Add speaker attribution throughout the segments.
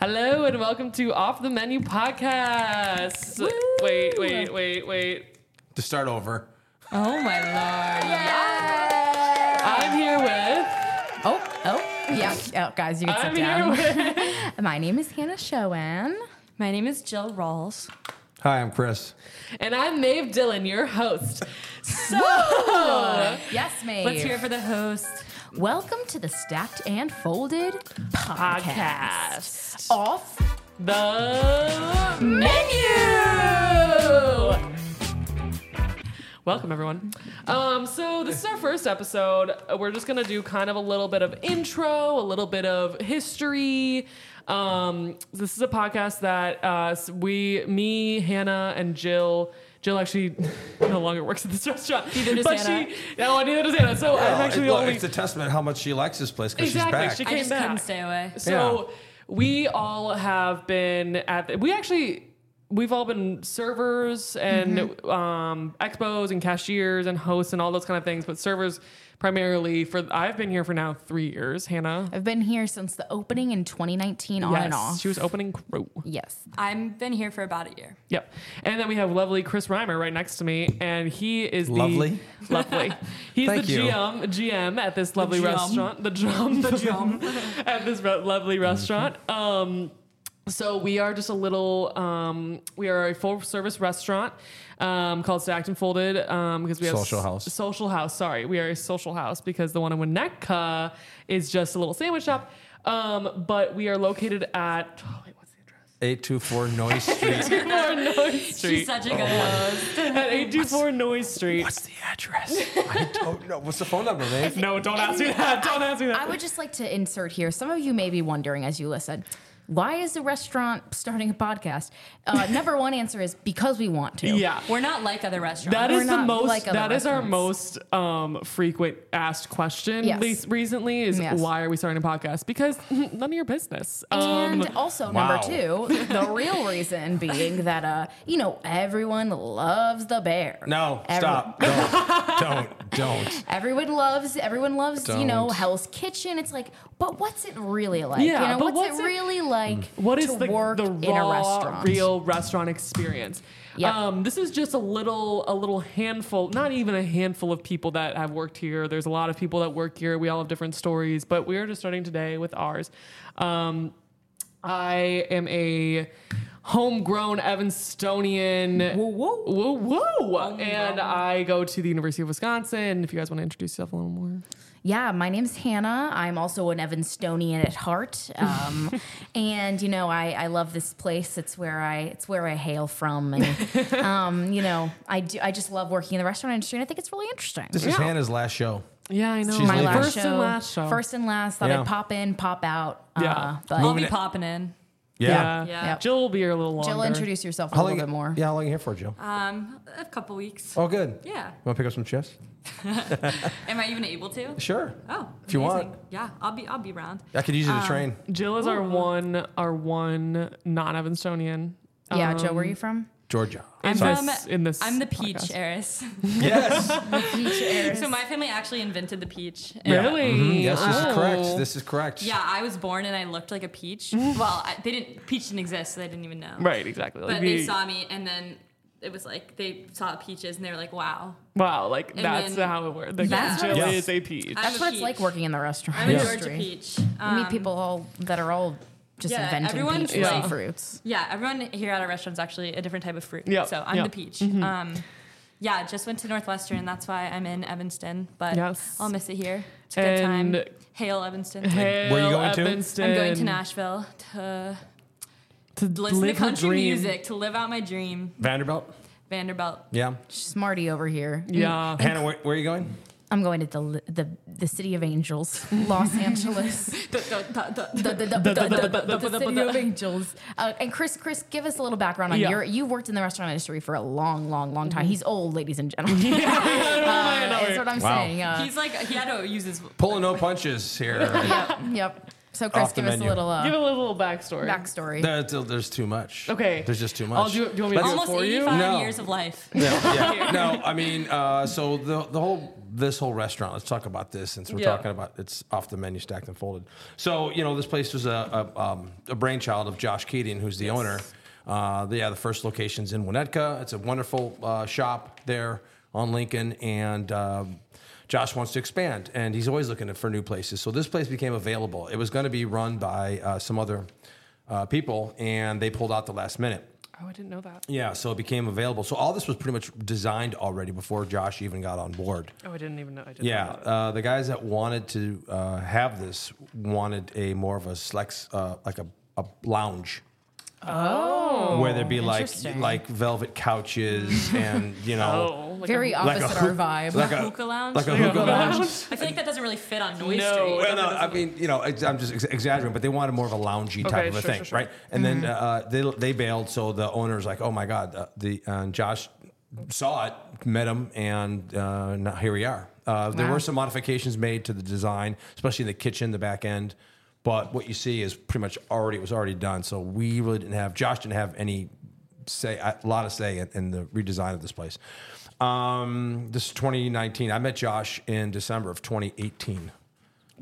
Speaker 1: Hello and welcome to Off the Menu Podcast. Wait, wait, wait, wait.
Speaker 2: to start over.
Speaker 3: Oh my lord.
Speaker 1: I'm here with
Speaker 3: Oh, oh, yeah. Oh, guys, you can sit
Speaker 1: I'm here
Speaker 3: down.
Speaker 1: with
Speaker 3: My name is Hannah Showan.
Speaker 4: My name is Jill Rawls.
Speaker 2: Hi, I'm Chris.
Speaker 1: and I'm Maeve Dillon, your host.
Speaker 3: Yes, Maeve.
Speaker 4: Let's hear it for the host.
Speaker 3: Welcome to the Stacked and Folded podcast.
Speaker 1: Podcast.
Speaker 3: Off
Speaker 1: The
Speaker 3: menu.
Speaker 1: Welcome everyone. Um, so this is our first episode. Uh, We're just gonna do kind of a little bit of intro, a little bit of history. Um, this is a podcast that uh, s- we, me, Hannah, and Jill. Jill actually no longer works at this restaurant. Neither
Speaker 4: does
Speaker 1: but
Speaker 4: Hannah.
Speaker 1: She, no, neither does Hannah. So I'm actually
Speaker 2: It- look,
Speaker 1: only
Speaker 2: it's a testament how much she likes this place because
Speaker 1: Exactly, she
Speaker 2: she's
Speaker 1: can-
Speaker 2: back.
Speaker 1: Came
Speaker 4: I just
Speaker 1: back.
Speaker 4: couldn't stay away.
Speaker 1: So we all have been at. The, we actually we've all been servers and um, expos and cashiers and hosts and all those kind of things. But servers primarily for. I've been here for now three years. Hannah
Speaker 3: I've been here since the opening in 2019, on and
Speaker 1: Yes,
Speaker 3: off.
Speaker 1: She was opening crew.
Speaker 3: Yes.
Speaker 4: I've been here for about a year.
Speaker 1: Yep. And then we have lovely Chris Reimer right next to me, and he is the-
Speaker 2: Lovely?
Speaker 1: lovely. He's
Speaker 2: Thank
Speaker 1: the
Speaker 2: you.
Speaker 1: GM GM at this lovely
Speaker 4: GM.
Speaker 1: restaurant. The drum. The drum. at this re- lovely
Speaker 2: Mm-hmm.
Speaker 1: restaurant. Um, so we are just a little. Um, we are a full service restaurant um, called Stacked and Folded um, because we have
Speaker 2: Social
Speaker 1: s-
Speaker 2: house.
Speaker 1: Social house. Sorry, we are a social house because the one in Winnetka is just a little sandwich shop. Um, but we are located at. Oh, wait, what's the address?
Speaker 2: 824 Noise Street.
Speaker 1: North Street
Speaker 4: She's such a good host.
Speaker 1: at 824 Noise Street.
Speaker 2: What's the address? I don't know. Oh, What's the phone number, man?
Speaker 1: No, don't ask me that. Don't ask me
Speaker 3: I
Speaker 1: that.
Speaker 3: would just like to insert here. Some of you may be wondering as you listen, why is the restaurant starting a podcast? Uh, number one answer is because we want to.
Speaker 1: Yeah.
Speaker 4: We're not like other restaurants.
Speaker 1: That
Speaker 3: We're
Speaker 1: is the
Speaker 3: not
Speaker 1: most.
Speaker 3: like other
Speaker 1: that is our most um, frequent asked question.
Speaker 3: Yes.
Speaker 1: least recently is
Speaker 3: Yes.
Speaker 1: why are we starting a podcast? Because none of your business. Um,
Speaker 3: And also
Speaker 2: wow.
Speaker 3: number two, the real reason being that uh, you know, everyone loves the bear.
Speaker 2: No,
Speaker 3: Every-
Speaker 2: stop. Don't. Don't. Don't.
Speaker 3: Everyone loves everyone loves, you know,
Speaker 2: Don't.
Speaker 3: Hell's Kitchen. It's like, but what's it really like?
Speaker 1: Yeah,
Speaker 3: you know,
Speaker 1: but what's
Speaker 3: what's,
Speaker 1: it-
Speaker 3: it
Speaker 1: Mm.
Speaker 3: really like
Speaker 1: what is
Speaker 3: to
Speaker 1: the,
Speaker 3: work
Speaker 1: the
Speaker 3: in a
Speaker 1: raw,
Speaker 3: restaurant?
Speaker 1: real restaurant experience?
Speaker 3: Yep.
Speaker 1: Um, this is just a little a little handful, not even a handful of people that have worked here. There's a lot of people that work here. We all have different stories, but we are just starting today with ours. Um, I am a homegrown Evanstonian. Whoa, whoa, whoa, and I go to the University of Wisconsin. If you guys want to introduce yourself a little more,
Speaker 3: Yeah, my name's Hannah. I'm also an Evanstonian at heart, um, and you know I, I love this place. It's where I it's where I hail from, and um, you know I do I just love working in the restaurant industry, and I think it's really interesting.
Speaker 2: This is Hannah's last show.
Speaker 1: yeah, I know.
Speaker 2: She's
Speaker 3: my
Speaker 2: leaving.
Speaker 3: last
Speaker 1: first
Speaker 3: show,
Speaker 1: and last show.
Speaker 3: First and last. Thought
Speaker 2: Yeah.
Speaker 3: I'd pop in, pop out.
Speaker 1: Yeah.
Speaker 3: Uh, but
Speaker 4: I'll be
Speaker 2: Moving it-
Speaker 4: popping in.
Speaker 1: yeah.
Speaker 4: Yeah.
Speaker 3: Yep.
Speaker 1: Jill will be here a little longer.
Speaker 3: Jill, introduce yourself a
Speaker 2: How
Speaker 3: little
Speaker 2: long
Speaker 3: bit more.
Speaker 2: Yeah, how long you here for, Joe?
Speaker 4: Um, a couple weeks.
Speaker 2: oh, good. You
Speaker 4: Yeah.
Speaker 2: want to pick up some chips?
Speaker 4: Am I even able to?
Speaker 2: Sure.
Speaker 4: Oh,
Speaker 2: If you
Speaker 4: amazing.
Speaker 2: want.
Speaker 4: Yeah, I'll be. I'll be around.
Speaker 2: I could use you to train.
Speaker 1: Jill is our one, our one non-Evanstonian.
Speaker 3: Yeah, Joe, where are you from?
Speaker 2: Georgia.
Speaker 1: in
Speaker 4: I'm
Speaker 1: this,
Speaker 4: from-
Speaker 1: in this,
Speaker 4: I'm the peach
Speaker 1: podcast.
Speaker 4: heiress.
Speaker 2: yes.
Speaker 4: so my family actually invented the peach.
Speaker 1: Really?
Speaker 2: Mm-hmm. Yes, this is
Speaker 1: Oh.
Speaker 2: correct. This is correct.
Speaker 4: Yeah, I was born and I looked like a peach. well, I, they didn't. Peach didn't exist, so they didn't even know.
Speaker 1: right, exactly.
Speaker 4: But
Speaker 1: Like
Speaker 4: they
Speaker 1: we-
Speaker 4: saw me, and then it was like they saw peaches, and they were like, "Wow,
Speaker 1: Wow, like that's
Speaker 4: then-
Speaker 1: how it works. Like,
Speaker 3: That's
Speaker 1: Jill
Speaker 2: what
Speaker 1: is
Speaker 2: it's-
Speaker 1: a peach.
Speaker 4: I'm
Speaker 3: That's
Speaker 4: a
Speaker 3: what it's
Speaker 4: peach.
Speaker 3: like working in the restaurant
Speaker 4: I'm a Georgia
Speaker 3: industry.
Speaker 4: peach."
Speaker 3: You
Speaker 4: Um,
Speaker 3: meet people all that are all just
Speaker 4: yeah,
Speaker 3: inventing
Speaker 4: everyone-
Speaker 3: peaches
Speaker 1: Yeah.
Speaker 3: and fruits.
Speaker 4: Yeah, everyone here at our restaurant's actually a different type of fruit.
Speaker 1: Yeah,
Speaker 4: So I'm
Speaker 1: yeah. Mm-hmm.
Speaker 4: the peach. Um, yeah, just went to Northwestern. That's why I'm in Evanston, but
Speaker 1: Yes.
Speaker 4: I'll miss it here. It's a
Speaker 1: And-
Speaker 4: good time. Hail Evanston.
Speaker 1: Hail
Speaker 2: Where you going to?
Speaker 1: Evanston.
Speaker 4: I'm going to Nashville to
Speaker 1: to
Speaker 4: listen
Speaker 1: live
Speaker 4: to
Speaker 1: her
Speaker 4: country
Speaker 1: dream.
Speaker 4: music, to live out my dream.
Speaker 2: Vanderbilt.
Speaker 4: Vanderbilt.
Speaker 2: Yeah.
Speaker 3: Smarty over here.
Speaker 1: Yeah.
Speaker 2: Hannah, where, where are you going?
Speaker 3: I'm going to the the the city of angels, Los Angeles. the, the, the, the, the, the, the city of angels. Uh, and Chris, Chris, give us a little background on
Speaker 1: Yeah.
Speaker 3: your. You've worked in the restaurant industry for a long, long, long
Speaker 2: Mm-hmm.
Speaker 3: time. He's old, ladies and gentlemen.
Speaker 1: know.
Speaker 3: That's what I'm
Speaker 2: Wow.
Speaker 3: saying. Uh,
Speaker 4: He's like he had to use his
Speaker 2: Pulling no punches here.
Speaker 3: yep. So Chris,
Speaker 2: Off the
Speaker 3: give us a
Speaker 2: menu.
Speaker 3: little
Speaker 1: Give
Speaker 3: uh,
Speaker 1: a little backstory.
Speaker 3: backstory.
Speaker 2: There- there- there's too much.
Speaker 1: Okay.
Speaker 2: There's just too much.
Speaker 1: I'll do it- do you want me to do it
Speaker 2: Let's-
Speaker 4: almost
Speaker 1: for you?
Speaker 4: 85
Speaker 2: No.
Speaker 4: years of life.
Speaker 2: Yeah, yeah. no, I mean, uh, so the the whole this whole restaurant. Let's talk about this since we're
Speaker 1: Yeah.
Speaker 2: talking about it's off the menu, stacked and folded. So you know, this place was a a, um, a brainchild of Josh Keating, who's the owner. Uh, the, yeah, the first location's in Winnetka. It's a wonderful uh, shop there on Lincoln, and um, Josh wants to expand, and he's always looking for new places. So this place became available. It was going to be run by uh, some other uh, people, and they pulled out the last minute.
Speaker 1: Oh, I didn't know that.
Speaker 2: Yeah, so it became available. So all this was pretty much designed already before Josh even got on board.
Speaker 1: Oh, I didn't even know. I didn't
Speaker 2: Yeah,
Speaker 1: Know that.
Speaker 2: uh, the guys that wanted to uh, have this wanted a more of a select, uh, like a, a lounge. Oh, where there'd be like
Speaker 3: interesting.
Speaker 2: like velvet couches and you know
Speaker 1: Oh, like
Speaker 3: Very
Speaker 1: a-
Speaker 2: like a
Speaker 3: opposite our
Speaker 2: hook-
Speaker 3: vibe.
Speaker 2: like a
Speaker 4: Hookah lounge?
Speaker 2: like a hookah lounge.
Speaker 4: I feel like that doesn't really fit on Noise
Speaker 1: No.
Speaker 4: Street.
Speaker 2: Well, no, I mean, you know, ex- I'm just ex- exaggerating, but they wanted more of a loungy type
Speaker 1: Okay,
Speaker 2: of a
Speaker 1: sure,
Speaker 2: thing,
Speaker 1: sure, sure. Mm-hmm.
Speaker 2: right? And then uh, they they bailed, so the owner's like, "Oh my god!" Uh, the and Josh saw it, met him, and uh, now here we are. Uh, There
Speaker 3: Wow.
Speaker 2: were some modifications made to the design, especially in the kitchen, the back end. But what you see is pretty much already it was already done. So we really didn't have Josh didn't have any say a lot of say in, in the redesign of this place. Um, this is 2019. I met Josh in December of 2018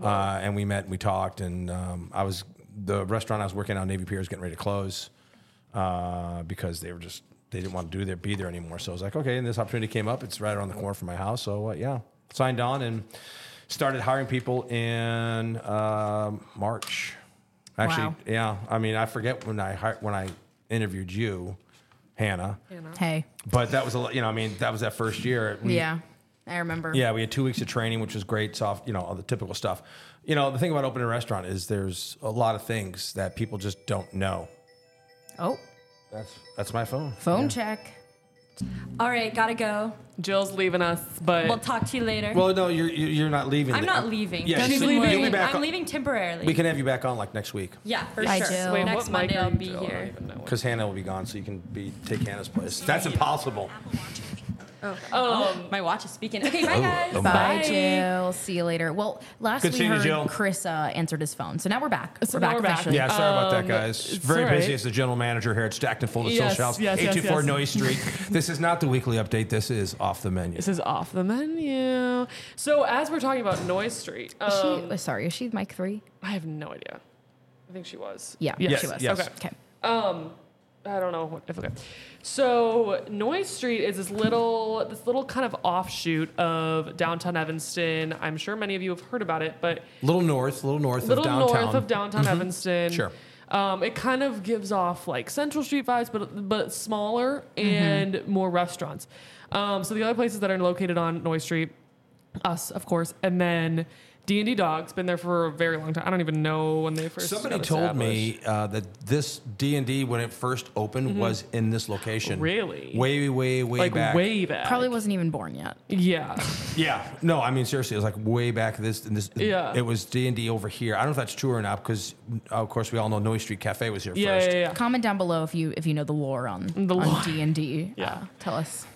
Speaker 2: uh, and we met and we talked and um, i was the restaurant i was working on navy pier was getting ready to close uh, because they were just they didn't want to do there be there anymore so i was like okay and this opportunity came up it's right around the corner from my house so uh, yeah signed on and started hiring people in um march actually
Speaker 3: Wow.
Speaker 2: yeah i mean i forget when i hi- when i interviewed you hannah
Speaker 3: hey,
Speaker 2: but that was a lot you know i mean that was that first year We-
Speaker 3: yeah, I remember.
Speaker 2: yeah, we had two weeks of training, which was great. Soft, you know, all the typical stuff. You know, the thing about opening a restaurant is there's a lot of things that people just don't know.
Speaker 3: Oh,
Speaker 2: That's that's my phone.
Speaker 3: phone check.
Speaker 4: All right, gotta go.
Speaker 1: Jill's leaving us, but
Speaker 4: We'll talk to you later.
Speaker 2: Well, no, you're you're you're not leaving.
Speaker 4: I'm not leaving.
Speaker 2: Yeah,
Speaker 4: Don't
Speaker 1: she's
Speaker 2: so
Speaker 4: even
Speaker 1: leaving.
Speaker 4: worry.
Speaker 2: You'll be back.
Speaker 4: I'm
Speaker 2: on-
Speaker 4: leaving temporarily.
Speaker 2: We can have you back on like next week
Speaker 4: yeah, for
Speaker 3: Hi,
Speaker 4: sure.
Speaker 3: Jill.
Speaker 1: Wait,
Speaker 4: Next
Speaker 1: what mic
Speaker 4: Monday
Speaker 1: are
Speaker 4: I'll
Speaker 1: you-
Speaker 4: be
Speaker 1: Jill, I don't
Speaker 4: here.
Speaker 1: even know.
Speaker 2: because Hannah will be gone, so you can be take Hannah's place. That's impossible.
Speaker 4: Um, My watch is speaking. Okay, bye guys.
Speaker 2: oh my.
Speaker 3: Bye,
Speaker 4: Bye.
Speaker 3: Jill. See you later. Well, last
Speaker 2: Good
Speaker 3: we
Speaker 2: seeing you,
Speaker 3: heard,
Speaker 2: Jill.
Speaker 3: Chris uh, answered his phone, so now we're back.
Speaker 1: So now we're back.
Speaker 3: officially.
Speaker 2: Yeah, sorry about that, guys.
Speaker 1: it's
Speaker 2: Very
Speaker 1: all right.
Speaker 2: busy as the general manager here at Stacked and Folded
Speaker 1: Yes,
Speaker 2: Social House,
Speaker 1: yes, yes,
Speaker 2: 824
Speaker 1: yes.
Speaker 2: Noise Street. this is not the weekly update. This is off the menu.
Speaker 1: this is off the menu. So as we're talking about Noise Street,
Speaker 3: Is she,
Speaker 1: um,
Speaker 3: oh, sorry, is she Mike three?
Speaker 1: I have no idea. I think she was.
Speaker 3: Yeah,
Speaker 2: Yes,
Speaker 3: she was.
Speaker 2: yes.
Speaker 1: Okay.
Speaker 3: Okay.
Speaker 1: I don't know what if okay. So Noise Street is this little this little kind of offshoot of downtown Evanston. I'm sure many of you have heard about it, but
Speaker 2: little north, little north
Speaker 1: little
Speaker 2: of downtown. Mm-hmm.
Speaker 1: north of downtown Evanston.
Speaker 2: Sure.
Speaker 1: Um, it kind of gives off like Central Street vibes, but but smaller and
Speaker 3: Mm-hmm.
Speaker 1: more restaurants. Um, so the other places that are located on Noy Street, us of course, and then D and D Dog's been there for a very long time. I don't even know when they first.
Speaker 2: Somebody
Speaker 1: got
Speaker 2: told
Speaker 1: established.
Speaker 2: me uh, that this D and D when it first opened was in this location.
Speaker 1: Mm-hmm. Really?
Speaker 2: Way, way, way
Speaker 1: like
Speaker 2: back.
Speaker 1: way back.
Speaker 3: Probably wasn't even born yet.
Speaker 1: Yeah.
Speaker 2: Yeah. No, I mean seriously, it was like way back. This, and this.
Speaker 1: Yeah.
Speaker 2: It was D and D over here. I don't know if that's true or not because, of course, we all know Noise Street Cafe was here
Speaker 1: Yeah,
Speaker 2: first.
Speaker 1: yeah, yeah.
Speaker 3: Comment down below if you if you know the lore on
Speaker 1: The lore.
Speaker 3: on D and D.
Speaker 1: Yeah.
Speaker 3: Tell us.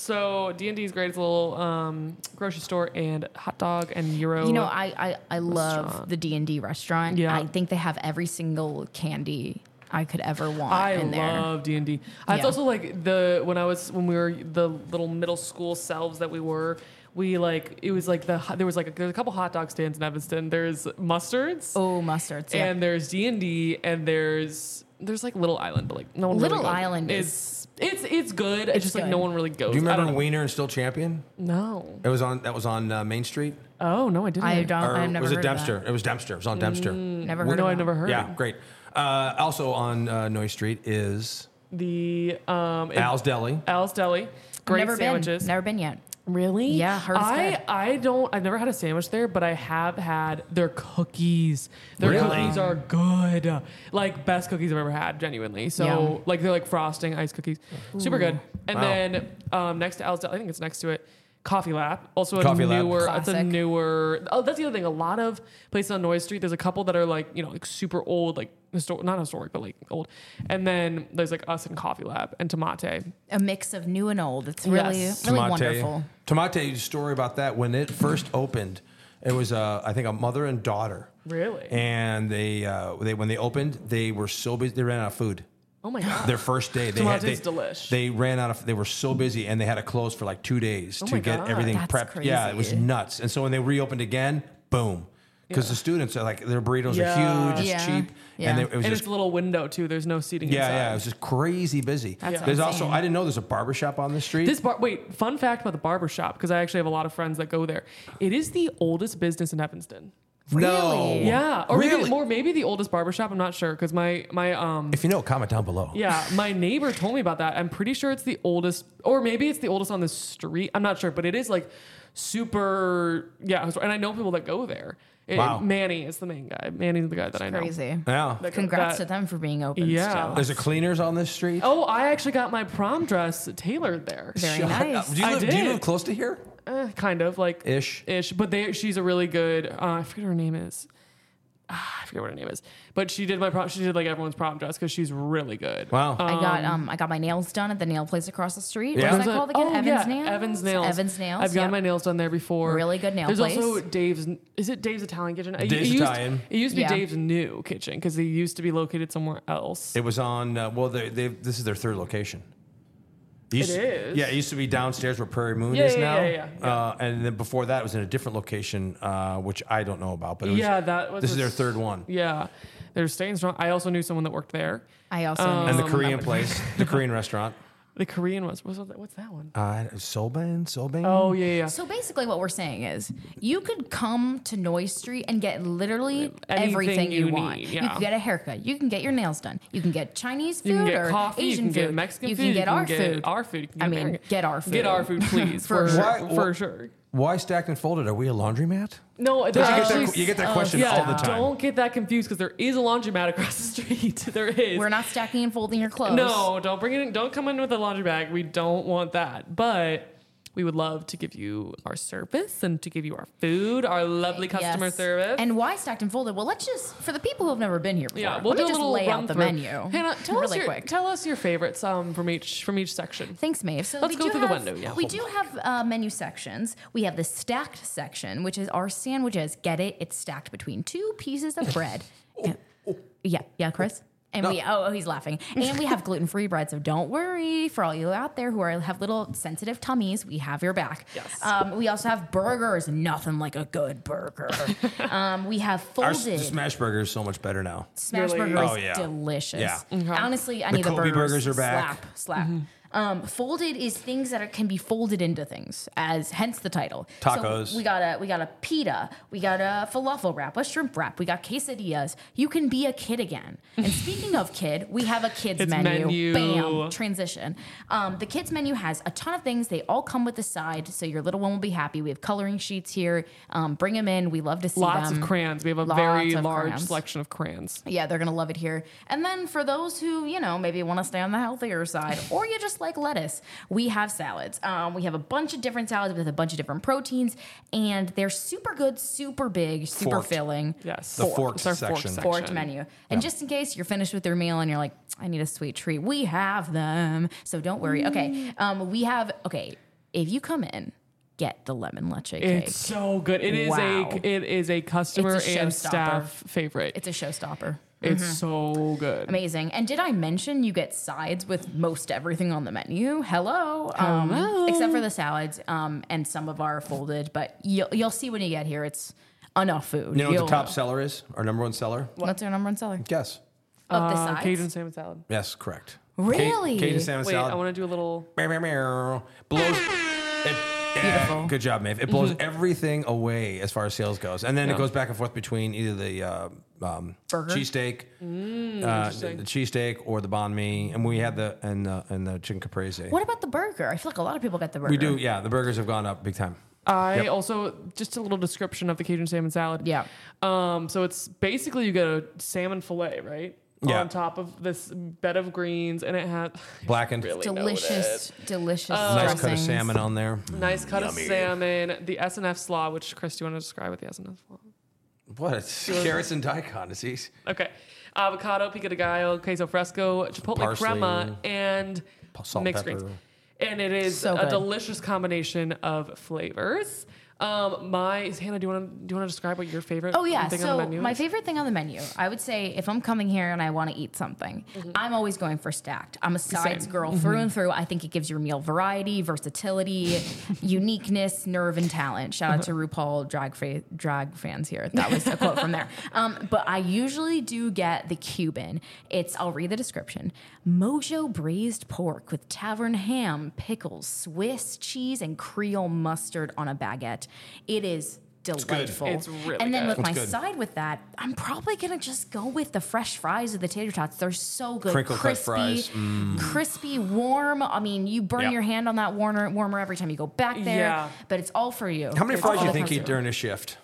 Speaker 1: So D and D is great. It's a little um, grocery store and hot dog and euro.
Speaker 3: You know, I I, I love
Speaker 1: Restaurant.
Speaker 3: the D and D restaurant.
Speaker 1: Yeah.
Speaker 3: I think they have every single candy I could ever want
Speaker 1: I
Speaker 3: in there.
Speaker 1: love D and D. It's
Speaker 3: Yeah.
Speaker 1: also like the when I was when we were the little middle school selves that we were. We like it was like the hot- there was like a, there's a couple hot dog stands in Evanston. There's mustards
Speaker 3: oh, mustards. Yeah.
Speaker 1: and there's D and D and there's there's like Little Island, but like no one.
Speaker 3: Little
Speaker 1: really goes-
Speaker 3: Island
Speaker 1: is it's it's good. It's,
Speaker 3: It's
Speaker 1: just like
Speaker 3: good.
Speaker 1: no one really goes.
Speaker 2: Do you
Speaker 1: I
Speaker 2: remember
Speaker 1: don't know.
Speaker 2: Wiener and Still Champion?
Speaker 1: No.
Speaker 2: It was on. That was on uh, Main Street.
Speaker 1: Oh no, I didn't.
Speaker 3: I don't.
Speaker 2: Or
Speaker 3: I've never
Speaker 2: was it
Speaker 3: heard of that.
Speaker 2: Dempster? It was Dempster. It was on Dempster.
Speaker 3: Never
Speaker 1: No,
Speaker 3: heard. of
Speaker 1: I
Speaker 3: that.
Speaker 1: never Mm. heard.
Speaker 2: Yeah, great. Uh, also on uh, Noise Street is
Speaker 1: The um it-
Speaker 2: Al's Deli.
Speaker 1: Al's Deli. Great
Speaker 3: never
Speaker 1: sandwiches.
Speaker 3: Been. Never been yet.
Speaker 1: Really?
Speaker 3: Yeah, hers is
Speaker 1: I
Speaker 3: good.
Speaker 1: I don't. I've never had a sandwich there, but I have had their cookies. Their
Speaker 2: Really?
Speaker 1: cookies are good. Like best cookies I've ever had, genuinely. So
Speaker 3: Yum.
Speaker 1: like they're like frosting ice cookies, super good. And
Speaker 2: Wow.
Speaker 1: then um, next to Al's, Deli- I think it's next to it. Coffee Lab, also a
Speaker 2: Coffee Lab.
Speaker 1: newer. It's a
Speaker 3: Classic.
Speaker 1: newer. Oh, that's the other thing. A lot of places on Noise Street, there's a couple that are like you know like super old, like histor- not historic, but like old. And then there's like us and Coffee Lab and Tomate.
Speaker 3: A mix of new and old. It's really
Speaker 1: Yes.
Speaker 3: really wonderful.
Speaker 2: Tomate story about that when it first opened, it was uh, I think a mother and daughter.
Speaker 1: Really?
Speaker 2: And they uh, they when they opened, they were so busy they ran out of food.
Speaker 1: Oh my god.
Speaker 2: Their first day, they
Speaker 1: Tomato
Speaker 2: had they,
Speaker 1: is delish.
Speaker 2: they ran out of. They were so busy, and they had to close for like two days
Speaker 1: Oh my
Speaker 2: to get
Speaker 1: God.
Speaker 2: everything
Speaker 3: That's
Speaker 2: prepped. Yeah, it was
Speaker 3: crazy.
Speaker 2: nuts. And so when they reopened again, boom, because the students are like their burritos
Speaker 1: Yeah.
Speaker 2: are huge, it's
Speaker 3: Yeah.
Speaker 2: cheap,
Speaker 3: Yeah.
Speaker 2: and they, it was
Speaker 1: and
Speaker 2: just
Speaker 1: it's a little window too. There's no seating.
Speaker 2: yeah,
Speaker 1: inside.
Speaker 2: yeah, it was just crazy busy.
Speaker 3: That's
Speaker 2: There's also
Speaker 3: insane.
Speaker 2: I didn't know there's a barber shop on the street.
Speaker 1: This bar. Wait, fun fact about the barber shop because I actually have a lot of friends that go there. It is the oldest business in Evanston.
Speaker 2: no,
Speaker 3: Really?
Speaker 1: Yeah, or
Speaker 2: really.
Speaker 1: maybe more maybe the oldest barber shop. I'm not sure because my my um
Speaker 2: if you know, comment down below.
Speaker 1: Yeah, my neighbor told me about that. I'm pretty sure it's the oldest, or maybe it's the oldest on the street. I'm not sure, but it is like super. Yeah, and I know people that go there. It-
Speaker 2: Wow.
Speaker 1: Manny is the main guy. Manny's the guy that I know.
Speaker 3: Crazy.
Speaker 2: Yeah.
Speaker 1: That-
Speaker 3: Congrats
Speaker 1: that-
Speaker 3: to them for being open.
Speaker 1: Yeah.
Speaker 3: Still.
Speaker 2: There's a cleaners on this street.
Speaker 1: Oh, I actually got my prom dress tailored there.
Speaker 3: Very
Speaker 2: Shut up.
Speaker 3: nice.
Speaker 2: Do you,
Speaker 1: I
Speaker 2: live, do you
Speaker 1: did.
Speaker 2: live close to here?
Speaker 1: Eh, kind of like
Speaker 2: Ish.
Speaker 1: ish. But they, she's a really good. Uh, I forget what her name is. Ah, I forget what her name is, but she did my prom. She did like everyone's prom dress because she's really good.
Speaker 2: Wow.
Speaker 3: I got um I got my nails done at the nail place across the street.
Speaker 2: Yeah.
Speaker 3: What was
Speaker 1: There's
Speaker 3: that
Speaker 1: a-
Speaker 3: called again?
Speaker 1: oh,
Speaker 3: Evans
Speaker 1: yeah,
Speaker 3: Nails.
Speaker 1: Evans Nails.
Speaker 3: Evans Nails.
Speaker 1: I've gotten
Speaker 3: yep.
Speaker 1: my nails done there before.
Speaker 3: Really good nail
Speaker 1: There's also
Speaker 3: place.
Speaker 1: Dave's. Is it Dave's Italian Kitchen? It-
Speaker 2: Dave's
Speaker 1: it used,
Speaker 2: Italian.
Speaker 1: It used to be
Speaker 3: Yeah.
Speaker 1: Dave's new kitchen because they used to be located somewhere else.
Speaker 2: It was on. Uh, well, they, they, this is their third location. It used,
Speaker 1: is.
Speaker 2: Yeah, it used to be downstairs where Prairie Moon
Speaker 1: Yeah,
Speaker 2: is
Speaker 1: yeah,
Speaker 2: now.
Speaker 1: yeah, yeah, yeah.
Speaker 2: Uh, and then before that, it was in a different location, uh, which I don't know about. But it was,
Speaker 1: yeah, that was.
Speaker 2: this
Speaker 1: a
Speaker 2: is their
Speaker 1: s-
Speaker 2: third one.
Speaker 1: Yeah, they're staying strong. I also knew someone that worked there.
Speaker 3: I also knew
Speaker 2: Um, And the
Speaker 1: Um,
Speaker 3: someone
Speaker 2: Korean
Speaker 3: that would-
Speaker 2: place, the Korean restaurant.
Speaker 1: The Korean was. What's that, what's that one?
Speaker 2: Uh, Soban, Soban.
Speaker 1: Oh yeah, yeah.
Speaker 3: So basically, what we're saying is, you could come to Noise Street and get literally
Speaker 1: Anything
Speaker 3: everything
Speaker 1: you
Speaker 3: you, want.
Speaker 1: need,
Speaker 3: You
Speaker 1: yeah.
Speaker 3: can get a haircut. You can get your nails done. You can get Chinese food
Speaker 1: You can get
Speaker 3: or
Speaker 1: coffee.
Speaker 3: Asian
Speaker 1: you can
Speaker 3: food.
Speaker 1: get Mexican
Speaker 3: you
Speaker 1: food.
Speaker 3: can get our food.
Speaker 1: Our food. You can
Speaker 3: I
Speaker 1: get
Speaker 3: mean,
Speaker 1: American-
Speaker 3: get our
Speaker 1: Get
Speaker 3: food.
Speaker 1: our food, please. for
Speaker 3: For
Speaker 1: sure.
Speaker 2: sure.
Speaker 1: For sure.
Speaker 2: Why stacked and folded? Are we a laundromat?
Speaker 1: No, there's
Speaker 2: You get
Speaker 1: actually
Speaker 2: that, you get that question
Speaker 1: Uh, Yeah,
Speaker 2: all the time.
Speaker 1: don't get that confused because there is a laundromat across the street. there is.
Speaker 3: We're not stacking and folding your clothes.
Speaker 1: No, don't bring it. In, don't come in with a laundry bag. We don't want that. But we would love to give you our service and to give you our food, our lovely customer
Speaker 3: Yes.
Speaker 1: service.
Speaker 3: And why stacked and folded? Well, let's just for the people who have never been here before.
Speaker 1: yeah, we'll
Speaker 3: let
Speaker 1: do
Speaker 3: me
Speaker 1: a
Speaker 3: just
Speaker 1: little
Speaker 3: lay
Speaker 1: run
Speaker 3: out the
Speaker 1: through.
Speaker 3: menu.
Speaker 1: Hannah, tell
Speaker 3: really
Speaker 1: us your
Speaker 3: quick.
Speaker 1: tell us your favorites um, from each from each section.
Speaker 3: Thanks, Maeve. So
Speaker 1: Let's
Speaker 3: we
Speaker 1: go
Speaker 3: do
Speaker 1: through the
Speaker 3: have-
Speaker 1: window, yeah.
Speaker 3: we do have uh, menu sections. We have the stacked section, which is our sandwiches. Get it? It's stacked between two pieces of bread. yeah. yeah, yeah, Chris. And we oh, oh he's laughing. And we have gluten free bread, so don't worry for all you out there who are have little sensitive tummies. We have your back.
Speaker 1: Yes.
Speaker 3: Um, we also have burgers. Nothing like a good burger. um, we have
Speaker 2: Our
Speaker 3: folded
Speaker 2: s- smash burger is so much better now.
Speaker 3: smash
Speaker 1: Really?
Speaker 3: burger is
Speaker 2: Oh, yeah.
Speaker 3: delicious.
Speaker 2: Yeah. Mm-hmm.
Speaker 3: Honestly,
Speaker 2: The
Speaker 3: any of the
Speaker 2: Kobe
Speaker 3: burgers,
Speaker 2: burgers are back.
Speaker 3: Slap, slap.
Speaker 1: Mm-hmm.
Speaker 3: Um, folded is things that are, can be folded into things, as hence the title. So
Speaker 2: Tacos.
Speaker 3: we got a we got a pita. We got a falafel wrap, a shrimp wrap. We got quesadillas. You can be a kid again. And speaking of kid, we have a kids
Speaker 1: It's menu.
Speaker 3: menu. Bam transition. Um, the kids menu has a ton of things. They all come with a side, so your little one will be happy. We have coloring sheets here. Um, bring them in. We love to see
Speaker 1: Lots
Speaker 3: them.
Speaker 1: of crayons. We have a
Speaker 3: Lots
Speaker 1: very
Speaker 3: of
Speaker 1: large
Speaker 3: crayons.
Speaker 1: selection of crayons.
Speaker 3: Yeah, they're gonna love it here. And then for those who, you know, maybe want to stay on the healthier side, or you just like lettuce, we have salads. Um, we have a bunch of different salads with a bunch of different proteins, and they're super good, super big, super
Speaker 2: Forked.
Speaker 3: filling.
Speaker 1: Yes,
Speaker 2: The forked
Speaker 1: It's our
Speaker 2: section.
Speaker 3: Forked menu. And just in case you're finished with your meal and you're like, I need a sweet treat, we have them. So don't worry. Okay. Um, we have, okay, if you come in, get the lemon leche cake.
Speaker 1: It's so good. It is
Speaker 3: Wow.
Speaker 1: a it is a customer
Speaker 3: It's a
Speaker 1: and
Speaker 3: showstopper.
Speaker 1: staff favorite.
Speaker 3: It's a showstopper.
Speaker 1: It's so good.
Speaker 3: Amazing. And did I mention you get sides with most everything on the menu? Hello. Um,
Speaker 1: Hello.
Speaker 3: Except for the salads um, and some of our folded, but you'll, you'll see when you get here. It's enough food.
Speaker 2: You know what
Speaker 3: You'll-
Speaker 2: the top seller is? Our number one seller?
Speaker 3: What's our number one seller?
Speaker 2: Yes.
Speaker 3: Of the
Speaker 1: Uh,
Speaker 3: sides?
Speaker 1: Cajun salmon salad.
Speaker 2: Yes, correct.
Speaker 3: Really?
Speaker 2: Cajun salmon
Speaker 1: Wait,
Speaker 2: salad.
Speaker 1: I want to do a little.
Speaker 2: Meow, meow, meow. blows. It, yeah,
Speaker 3: Beautiful.
Speaker 2: good job, Maeve. It blows
Speaker 3: Mm-hmm.
Speaker 2: everything away as far as sales goes, and then it goes back and forth between either the uh, um,
Speaker 3: Burger? Mm,
Speaker 2: cheesesteak, uh, the cheesesteak, or the banh mi, and we had the and the and the chicken caprese.
Speaker 3: What about the burger? I feel like a lot of people get the burger.
Speaker 2: we do, yeah. The burgers have gone up big time.
Speaker 1: I
Speaker 2: Yep.
Speaker 1: also just a little description of the Cajun salmon salad.
Speaker 3: Yeah.
Speaker 1: Um, so it's basically you get a salmon fillet, right?
Speaker 2: Yeah.
Speaker 1: On top of this bed of greens, and it has
Speaker 2: Blackened,
Speaker 1: Really know
Speaker 3: Delicious, delicious.
Speaker 2: nice cut of
Speaker 3: dressings.
Speaker 2: salmon on there.
Speaker 1: nice cut
Speaker 2: Yummy.
Speaker 1: of salmon, the S and F slaw. Which Chris, do you want to describe what the S and F slaw?
Speaker 2: What it's carrots and daikon? It's easy.
Speaker 1: Okay, avocado, pico de gallo, queso fresco, chipotle
Speaker 2: Parsley.
Speaker 1: crema, and
Speaker 2: Salt,
Speaker 1: mixed
Speaker 2: pepper.
Speaker 1: greens. And it is
Speaker 3: So
Speaker 1: a
Speaker 3: good.
Speaker 1: delicious combination of flavors. Um, my Hannah, do you want to do you want to describe what your favorite?
Speaker 3: Oh yeah.
Speaker 1: thing
Speaker 3: so
Speaker 1: on the menu
Speaker 3: my
Speaker 1: is?
Speaker 3: favorite thing on the menu, I would say, if I'm coming here and I want to eat something, I'm always going for stacked. I'm a sides
Speaker 1: Mm-hmm. Same.
Speaker 3: girl through and through. I think it gives your meal variety, versatility, uniqueness, nerve, and talent. Shout out to
Speaker 1: Uh-huh.
Speaker 3: RuPaul drag fa- drag fans here. That was a quote from there. Um, but I usually do get the Cuban. It's I'll read the description: Mojo braised pork with tavern ham, pickles, Swiss cheese, and Creole mustard on a baguette. It is. Delightful.
Speaker 1: It's really
Speaker 3: and then
Speaker 1: good.
Speaker 3: with my
Speaker 2: It's good.
Speaker 3: side with that, I'm probably gonna just go with the fresh fries or the tater tots. They're so good,
Speaker 2: Crinkle cut
Speaker 3: crispy,
Speaker 2: fries. Mm.
Speaker 3: crispy, warm. I mean, you burn
Speaker 2: Yep.
Speaker 3: your hand on that warmer, warmer every time you go back there.
Speaker 1: Yeah.
Speaker 3: But it's all for you.
Speaker 2: How many
Speaker 3: It's
Speaker 2: fries
Speaker 3: all
Speaker 2: do you
Speaker 3: the
Speaker 2: think you eat
Speaker 3: consumer.
Speaker 2: during a shift?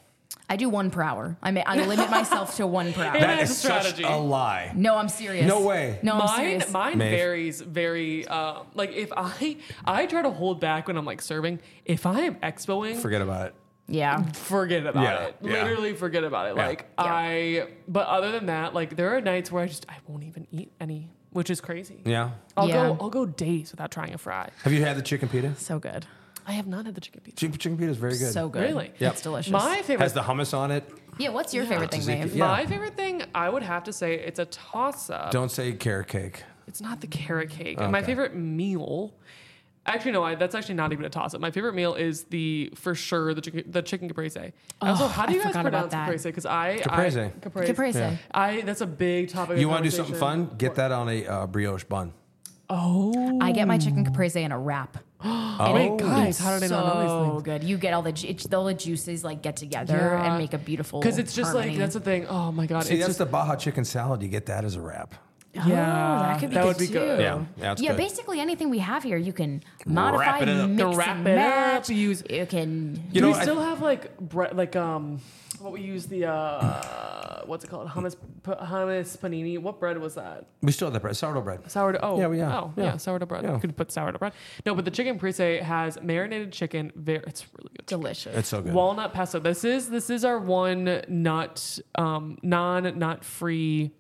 Speaker 3: I do one per hour. I may, I limit myself to one per hour.
Speaker 1: That is a strategy.
Speaker 2: such a lie.
Speaker 3: No, I'm serious.
Speaker 2: No way.
Speaker 3: No, I'm
Speaker 1: mine
Speaker 3: serious.
Speaker 1: mine
Speaker 2: Maeve.
Speaker 1: varies very uh, like if I I try to hold back when I'm like serving. If I am expoing,
Speaker 2: Forget about it.
Speaker 3: yeah.
Speaker 1: forget about
Speaker 2: Yeah,
Speaker 1: it.
Speaker 2: yeah.
Speaker 1: Literally forget about it.
Speaker 2: Yeah.
Speaker 1: Like
Speaker 3: Yeah.
Speaker 1: I but other than that, like there are nights where I just I won't even eat any, which is crazy.
Speaker 2: Yeah.
Speaker 1: I'll
Speaker 3: Yeah.
Speaker 1: go I'll go days without trying a fry.
Speaker 2: Have you had the chicken pita?
Speaker 3: So good.
Speaker 1: I have not had the chicken pizza.
Speaker 2: Chicken, chicken pita is very good.
Speaker 3: So good.
Speaker 1: Really?
Speaker 2: Yep.
Speaker 3: It's delicious.
Speaker 1: My favorite
Speaker 2: Has the hummus on it?
Speaker 3: yeah, what's your favorite thing,
Speaker 2: Tzatziki.
Speaker 3: Maeve?
Speaker 2: Yeah.
Speaker 1: My favorite thing, I would have to say, it's a toss up.
Speaker 2: Don't say carrot cake.
Speaker 1: It's not the carrot cake.
Speaker 3: Oh,
Speaker 1: And My
Speaker 2: Okay.
Speaker 1: favorite meal, actually no, I, that's actually not even a toss up. My favorite meal is the for sure the chicken the chicken caprese. also, how do
Speaker 3: Oh, I
Speaker 1: you guys
Speaker 3: forgot about
Speaker 1: pronounce
Speaker 3: that.
Speaker 1: caprese? Because I I,
Speaker 2: Caprese.
Speaker 1: caprese.
Speaker 3: Caprese. Yeah.
Speaker 1: I that's a big topic. of
Speaker 2: You want to do something
Speaker 1: conversation.
Speaker 2: fun? Get that on a uh, brioche bun.
Speaker 3: I get my chicken caprese in a wrap. Oh,
Speaker 1: Wait, guys, how did I not know these things?
Speaker 3: so good. You get all the ju- it's- all the juices like get together
Speaker 1: Yeah.
Speaker 3: and make a beautiful.
Speaker 1: Because it's just
Speaker 3: harmony.
Speaker 1: like that's the thing. Oh my god,
Speaker 2: See,
Speaker 1: it's
Speaker 2: that's
Speaker 1: just
Speaker 2: the Baja chicken salad. You get that as a wrap.
Speaker 1: yeah,
Speaker 3: Oh, that could be
Speaker 1: that
Speaker 3: good
Speaker 1: would be
Speaker 3: too.
Speaker 1: good.
Speaker 2: Yeah, that's
Speaker 3: yeah,
Speaker 2: good.
Speaker 3: basically anything we have here, you can modify,
Speaker 2: it up.
Speaker 3: mix
Speaker 1: Wrap
Speaker 3: and
Speaker 1: it up,
Speaker 3: match.
Speaker 1: use-
Speaker 3: you can.
Speaker 1: Do
Speaker 2: You know,
Speaker 1: we
Speaker 2: I-
Speaker 1: still have like bre- like um what we use the uh what's it called hummus p- hummus panini? What bread was that?
Speaker 2: we still have the bread, sourdough bread.
Speaker 1: Sourdough. Oh,
Speaker 2: Yeah, we- yeah,
Speaker 1: Oh, yeah.
Speaker 2: yeah.
Speaker 1: sourdough bread.
Speaker 2: Yeah.
Speaker 1: You could put sourdough bread. No, but the chicken prese has marinated chicken. Very, it's really good.
Speaker 3: Delicious.
Speaker 2: It's so good.
Speaker 1: Walnut pesto. This is this is our one nut, um, non nut free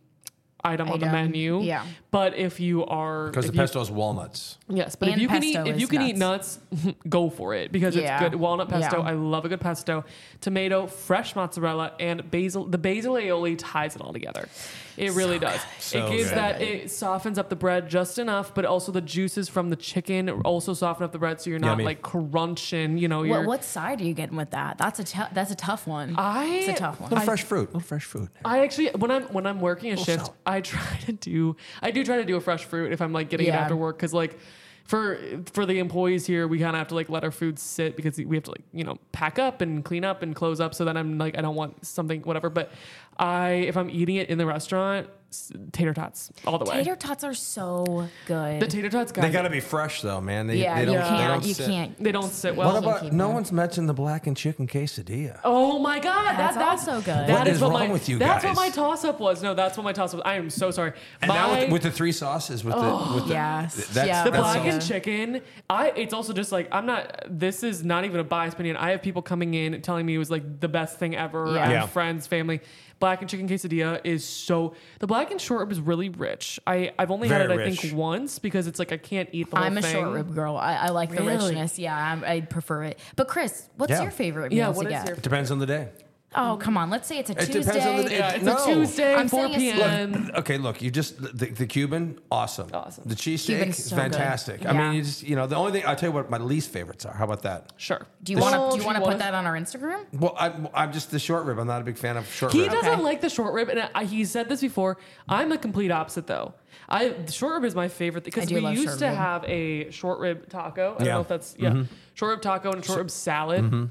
Speaker 1: item, on the
Speaker 3: Item.
Speaker 1: menu.
Speaker 3: Yeah.
Speaker 1: But if you are
Speaker 2: Because the
Speaker 1: if you-
Speaker 2: pesto is walnuts.
Speaker 1: Yes, but if
Speaker 3: And
Speaker 1: you can eat
Speaker 3: pesto
Speaker 1: if
Speaker 3: is
Speaker 1: you can eat nuts, go for it because
Speaker 3: Yeah.
Speaker 1: it's good. Walnut pesto,
Speaker 3: Yeah.
Speaker 1: I love a good pesto. Tomato, fresh mozzarella, and basil. The basil aioli ties it all together. It really does.
Speaker 2: So
Speaker 1: it gives
Speaker 2: good.
Speaker 1: that it softens up the bread just enough, but also the juices from the chicken also soften up the bread, so you're not
Speaker 2: Yummy.
Speaker 1: like crunching. You know,
Speaker 3: What,
Speaker 1: you're.
Speaker 3: what side are you getting with that? That's a tou- that's a tough one.
Speaker 1: I-
Speaker 3: it's a tough one.
Speaker 2: Little fresh fruit. Oh, Little fresh fruit.
Speaker 1: I actually when I'm when I'm working a shift,
Speaker 2: salad.
Speaker 1: I try to do I do try to do a fresh fruit if I'm like getting it
Speaker 3: Yeah.
Speaker 1: after work because like for for the employees here, we kind of have to like let our food sit because we have to like you know pack up and clean up and close up. So then I'm like I don't want something whatever. But I if I'm eating it in the restaurant, s- tater tots all the way.
Speaker 3: Tater tots are so good.
Speaker 1: the tater tots guys,
Speaker 2: They got to be fresh though, man. They,
Speaker 3: yeah,
Speaker 2: they don't,
Speaker 3: you
Speaker 2: they
Speaker 3: can't.
Speaker 2: don't
Speaker 3: You
Speaker 2: sit.
Speaker 3: can't.
Speaker 1: they don't sit well.
Speaker 2: What
Speaker 3: keep
Speaker 2: about no
Speaker 3: them.
Speaker 2: one's mentioned the blackened chicken quesadilla?
Speaker 1: Oh my god,
Speaker 3: That's
Speaker 1: that, that's
Speaker 3: also good.
Speaker 1: That
Speaker 2: What is
Speaker 1: what
Speaker 2: wrong
Speaker 1: my,
Speaker 2: with you
Speaker 1: That's
Speaker 2: guys?
Speaker 1: what my toss up was. No, that's what my toss up was. I am so sorry.
Speaker 2: and
Speaker 1: my,
Speaker 2: now with, with the three sauces, with
Speaker 3: Oh.
Speaker 2: the with the,
Speaker 3: Yes.
Speaker 2: th- that's,
Speaker 3: Yeah,
Speaker 1: The
Speaker 2: that's
Speaker 3: all-
Speaker 1: black
Speaker 2: so-
Speaker 1: and chicken. I. It's also just like I'm not. This is not even a biased opinion. I have people coming in telling me it was like the best thing ever.
Speaker 3: Yeah.
Speaker 1: I have
Speaker 2: Yeah.
Speaker 1: friends, family. Black and chicken quesadilla is so. The black and short rib is really rich. I I've only had it
Speaker 2: Very
Speaker 1: I
Speaker 2: rich.
Speaker 1: think once because it's like I can't eat the whole
Speaker 3: I'm a
Speaker 1: thing.
Speaker 3: short rib girl. I, I like the
Speaker 1: Really?
Speaker 3: richness. Yeah, I'm, I prefer it. But Chris, what's
Speaker 2: Yeah.
Speaker 3: your favorite meal
Speaker 1: Yeah,
Speaker 3: to
Speaker 1: what is
Speaker 3: get?
Speaker 1: your-
Speaker 2: It depends on the day.
Speaker 3: oh, come on. Let's say it's a
Speaker 2: Um, It
Speaker 3: Tuesday.
Speaker 2: depends on the day.
Speaker 1: Yeah, it's
Speaker 2: No.
Speaker 1: a Tuesday,
Speaker 3: I'm
Speaker 1: 4
Speaker 3: saying it's- Look,
Speaker 1: p.m.
Speaker 2: Okay, look, you just the, the Cuban, awesome.
Speaker 1: Um, Awesome.
Speaker 2: The cheesesteak
Speaker 3: Cuban's
Speaker 2: is
Speaker 3: so good.
Speaker 2: fantastic. I
Speaker 3: Yeah.
Speaker 2: mean, you just you know the only thing I'll tell you what my least favorites are. How about that?
Speaker 1: sure.
Speaker 3: do you want
Speaker 1: Oh,
Speaker 3: to? Do you want to
Speaker 1: wanna-
Speaker 3: put that on our Instagram?
Speaker 2: Well, I'm, I'm just the short rib. I'm not a big fan of short
Speaker 1: He
Speaker 2: rib.
Speaker 1: doesn't
Speaker 3: Okay.
Speaker 1: like the short rib, and I, he said this before. I'm the complete opposite, though. I the short rib is my favorite
Speaker 3: I
Speaker 1: because
Speaker 3: do
Speaker 1: we
Speaker 3: love
Speaker 1: used
Speaker 3: short
Speaker 1: to
Speaker 3: rib.
Speaker 1: have a short rib taco. I don't
Speaker 2: Yeah. Mm-hmm.
Speaker 1: know if that's yeah, short rib taco and short rib salad.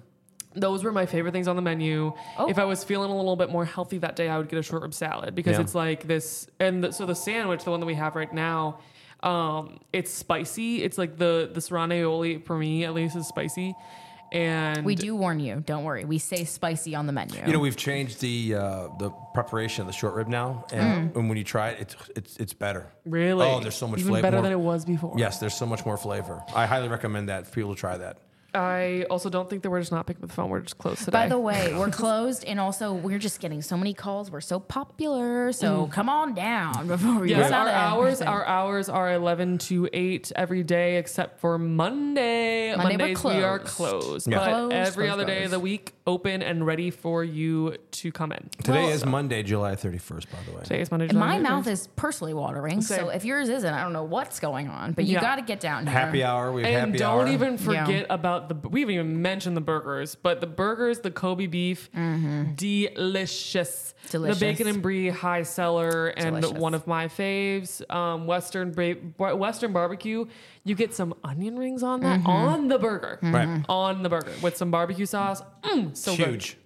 Speaker 1: Those were my favorite things on the menu.
Speaker 3: Oh.
Speaker 1: If I was feeling a little bit more healthy that day, I would get a short rib salad because
Speaker 2: Yeah.
Speaker 1: it's like this. And the, so the sandwich, the one that we have right now, um, it's spicy. It's like the the serrano aioli for me at least is spicy, and
Speaker 3: We do warn you. Don't worry. We say spicy on the menu.
Speaker 2: You know, we've changed the uh, the preparation of the short rib now, and,
Speaker 3: Mm.
Speaker 2: and when you try it, it's it's it's better.
Speaker 1: really
Speaker 2: Oh, there's so much
Speaker 1: even
Speaker 2: flavor.
Speaker 1: better
Speaker 2: more-
Speaker 1: than it was before.
Speaker 2: Yes, there's so much more flavor. I highly recommend that for people to try that.
Speaker 1: I also don't think the word is not picking up the phone. We're just closed today.
Speaker 3: By the way, we're closed, and also we're just getting so many calls. We're so popular, so
Speaker 2: Mm.
Speaker 3: come on down before we
Speaker 1: Yes,
Speaker 3: run
Speaker 1: our
Speaker 3: out of
Speaker 1: hours,
Speaker 3: advertisement.
Speaker 1: our hours are eleven to eight every day except for Monday.
Speaker 3: Monday we're
Speaker 1: Mondays we are
Speaker 3: closed.
Speaker 1: closed,
Speaker 2: Yeah.
Speaker 1: but
Speaker 3: Closed,
Speaker 1: every
Speaker 2: closed
Speaker 1: other day of the week, open and ready for you to come in.
Speaker 2: Today is Monday, July 31st, by the way.
Speaker 1: Today is Monday. July
Speaker 3: My
Speaker 1: 31st.
Speaker 3: mouth is personally watering,
Speaker 1: Same.
Speaker 3: so if yours isn't, I don't know what's going on. But you
Speaker 1: Yeah.
Speaker 3: got to get down here.
Speaker 2: Happy hour. We have
Speaker 1: And
Speaker 2: happy
Speaker 1: don't
Speaker 2: hour.
Speaker 1: even
Speaker 3: Yeah.
Speaker 1: forget about the. We haven't even mentioned the burgers, but the burgers, the Kobe beef, delicious.
Speaker 3: Mm-hmm. Delicious.
Speaker 1: The bacon and brie high seller, and
Speaker 3: Delicious.
Speaker 1: one of my faves, um, Western bra- bar- Western barbecue. You get some onion rings on that
Speaker 3: Mm-hmm.
Speaker 1: on the burger,
Speaker 2: Right.
Speaker 1: On the burger with some barbecue sauce. Mm, so good.
Speaker 2: huge.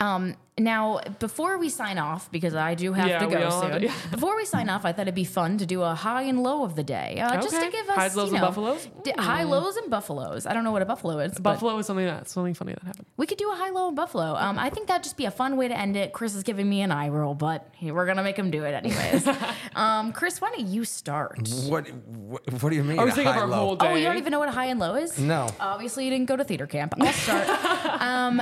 Speaker 3: Now, before we sign off, because I do have
Speaker 1: Yeah,
Speaker 3: to
Speaker 1: we
Speaker 3: go
Speaker 1: all
Speaker 3: soon.
Speaker 1: have to- yeah.
Speaker 3: Before we sign off, I thought it'd be fun to do a high and low of the day, uh, just to
Speaker 1: Okay.
Speaker 3: give us
Speaker 1: Highs, lows,
Speaker 3: you
Speaker 1: and
Speaker 3: know,
Speaker 1: buffaloes?
Speaker 3: d- high lows and buffaloes. I don't know what a buffalo is. but
Speaker 1: Buffalo is something that something funny that happened.
Speaker 3: we could do a high low and buffalo. Um, I think that'd just be a fun way to end it. Chris is giving me an eye roll, but hey, we're gonna make him do it anyways. um, Chris, why don't you start?
Speaker 2: What, what What do you mean?
Speaker 1: I was thinking of
Speaker 2: high,
Speaker 1: our
Speaker 2: low?
Speaker 1: whole day.
Speaker 3: Oh, you don't even know what a high and low is?
Speaker 2: No.
Speaker 3: Obviously, you didn't go to theater camp. I'll start.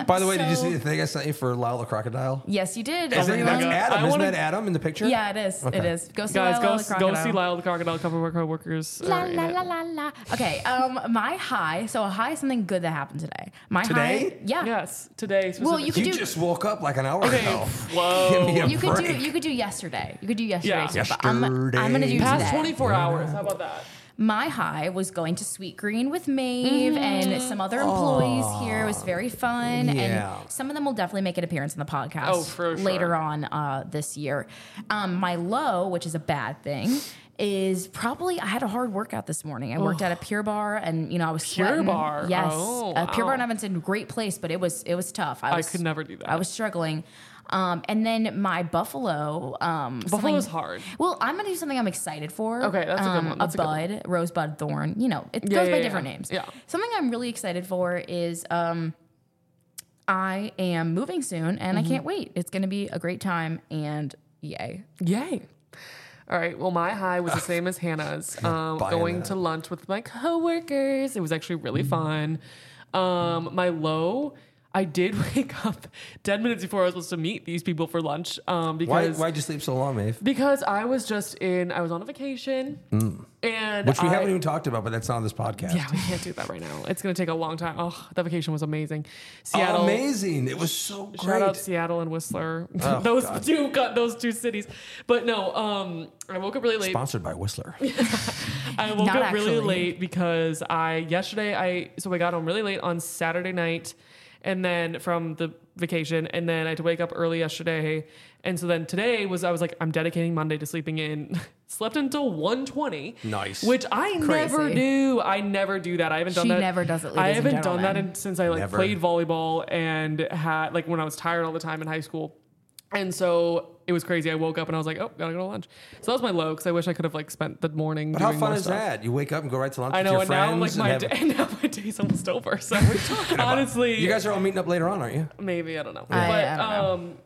Speaker 2: By the way, did you
Speaker 3: so-
Speaker 2: see the thing I sent you for Lyle the crocodile?
Speaker 3: yes, you did.
Speaker 2: Is that,
Speaker 3: everyone.
Speaker 2: that's
Speaker 1: God.
Speaker 2: Adam.
Speaker 1: I
Speaker 2: Isn't
Speaker 1: wanna-
Speaker 2: that Adam in the picture?
Speaker 3: Yeah, it is. It is. Go see
Speaker 1: Guys, go,
Speaker 3: Lyle the
Speaker 1: go
Speaker 3: Crocodile.
Speaker 1: see Lyle the Crocodile. A couple of our coworkers.
Speaker 3: La
Speaker 1: are in
Speaker 3: la
Speaker 1: it.
Speaker 3: la la la. Okay, um, my high. So a high is something good that happened today. My high.
Speaker 2: Today?
Speaker 3: Yeah.
Speaker 1: Yes, today.
Speaker 3: Well, you
Speaker 2: You
Speaker 3: could do.
Speaker 2: just woke up like an hour ago.
Speaker 1: Whoa.
Speaker 2: Oh. Give me a
Speaker 3: you could do.
Speaker 2: break.
Speaker 3: You could do yesterday. You could do yesterday.
Speaker 1: Yeah.
Speaker 3: too, but I'm, I'm gonna do
Speaker 2: Yesterday.
Speaker 1: Past
Speaker 3: today.
Speaker 1: 24 hours. How about that?
Speaker 3: My high was going to Sweet Green with Maeve
Speaker 1: Mm-hmm.
Speaker 3: and some other employees here. It was very fun,
Speaker 2: Yeah.
Speaker 3: and some of them will definitely make an appearance in the podcast
Speaker 1: Oh, for sure.
Speaker 3: later on uh, this year. Um, my low, which is a bad thing. Is probably I had a hard workout this morning. I worked at a Pure Bar, and you know I was
Speaker 1: Pure
Speaker 3: sweating.
Speaker 1: Bar?
Speaker 3: Yes,
Speaker 1: Oh,
Speaker 3: a Pure Bar in
Speaker 1: wow.
Speaker 3: Evanston, great place, but it was it was tough.
Speaker 1: I
Speaker 3: was,
Speaker 1: could never do that.
Speaker 3: I was struggling, um, and then my Buffalo. Um,
Speaker 1: Buffalo is
Speaker 3: something-
Speaker 1: hard.
Speaker 3: well, I'm gonna do something I'm excited for. Um,
Speaker 1: Okay, that's a good one. That's a
Speaker 3: a
Speaker 1: good
Speaker 3: bud, rosebud thorn. You know, it
Speaker 1: Yeah,
Speaker 3: goes by
Speaker 1: yeah,
Speaker 3: different
Speaker 1: yeah.
Speaker 3: names.
Speaker 1: Yeah.
Speaker 3: Something I'm really excited for is um, I am moving soon,
Speaker 1: Mm-hmm.
Speaker 3: and I can't wait. It's gonna be a great time, and yay!
Speaker 1: Yay. All right. Well, my high was the same as Hannah's. Um,
Speaker 2: buying
Speaker 1: going
Speaker 2: that.
Speaker 1: to lunch with my coworkers. It was actually really
Speaker 2: Mm-hmm.
Speaker 1: fun. Um, my low, I did wake up 10 minutes before I was supposed to meet these people for lunch. Um,
Speaker 2: Why,
Speaker 1: because,
Speaker 2: why'd you sleep so long, Maeve?
Speaker 1: because I was just in, I was on a vacation. And
Speaker 2: Mm. Which we
Speaker 1: I-
Speaker 2: haven't even talked about, but that's not on this podcast.
Speaker 1: Yeah, we can't do that right now. It's going to take a long time. Oh, that vacation was amazing. Seattle.
Speaker 2: Amazing. It was so great.
Speaker 1: Shout out Seattle and Whistler.
Speaker 2: Oh,
Speaker 1: those
Speaker 2: God.
Speaker 1: two got those two cities. But no, um, I woke up really late.
Speaker 2: Sponsored by Whistler.
Speaker 1: I woke
Speaker 3: Not
Speaker 1: up really
Speaker 3: actually.
Speaker 1: late because I yesterday I so I got home really late on Saturday night and then from the vacation and then I had to wake up early yesterday and so then today was I was like I'm dedicating Monday to sleeping in slept until 120
Speaker 2: Nice.
Speaker 1: which I never
Speaker 3: Crazy.
Speaker 1: do I never do that I haven't done
Speaker 3: She
Speaker 1: that
Speaker 3: never does it,
Speaker 1: I
Speaker 3: ladies and
Speaker 1: haven't done that
Speaker 3: gentlemen.
Speaker 1: in, since I like
Speaker 2: Never.
Speaker 1: played volleyball and had like when I was tired all the time in high school and so it was crazy. I woke up and I was like, "Oh, gotta go to lunch." So that was my low because I wish I could have like spent the morning.
Speaker 2: But how
Speaker 1: doing
Speaker 2: fun
Speaker 1: more
Speaker 2: is
Speaker 1: stuff.
Speaker 2: that? You wake up and go right to lunch
Speaker 1: I
Speaker 2: with
Speaker 1: know,
Speaker 2: your
Speaker 1: and now like
Speaker 2: friends.
Speaker 1: my
Speaker 2: and
Speaker 1: day,
Speaker 2: have-
Speaker 1: and now my day's almost over. So honestly,
Speaker 2: you guys are all meeting up later on, aren't you?
Speaker 1: maybe I don't know,
Speaker 3: I-
Speaker 1: but
Speaker 3: I don't know.
Speaker 1: um,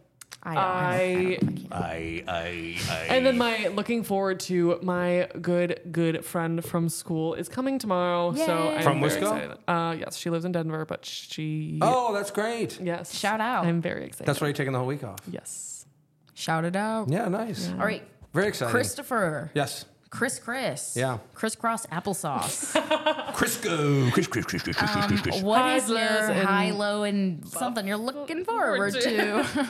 Speaker 3: I,
Speaker 1: I.
Speaker 2: I, I, I.
Speaker 1: And then my looking forward to my good good friend from school is coming tomorrow. So
Speaker 3: Yay.
Speaker 1: I'm
Speaker 2: From
Speaker 1: very
Speaker 2: Wisco?
Speaker 1: excited. Uh, yes, she lives in Denver, but she
Speaker 2: Oh, that's great.
Speaker 1: yes,
Speaker 3: Shout out.
Speaker 1: I'm very excited.
Speaker 2: That's why you're taking the whole week off.
Speaker 1: yes.
Speaker 3: shout it out.
Speaker 2: Yeah, nice.
Speaker 3: All right,
Speaker 2: Very exciting.
Speaker 3: Christopher,
Speaker 2: Yes.
Speaker 3: Chris, Chris,
Speaker 2: Yeah.
Speaker 3: crisscross applesauce.
Speaker 2: Crisco. Chris, Chris, Chris, Chris, Chris, Chris, Chris, Chris.
Speaker 3: What is
Speaker 1: Highs, lows,
Speaker 3: your
Speaker 1: and
Speaker 3: high, low, and something you're looking forward to?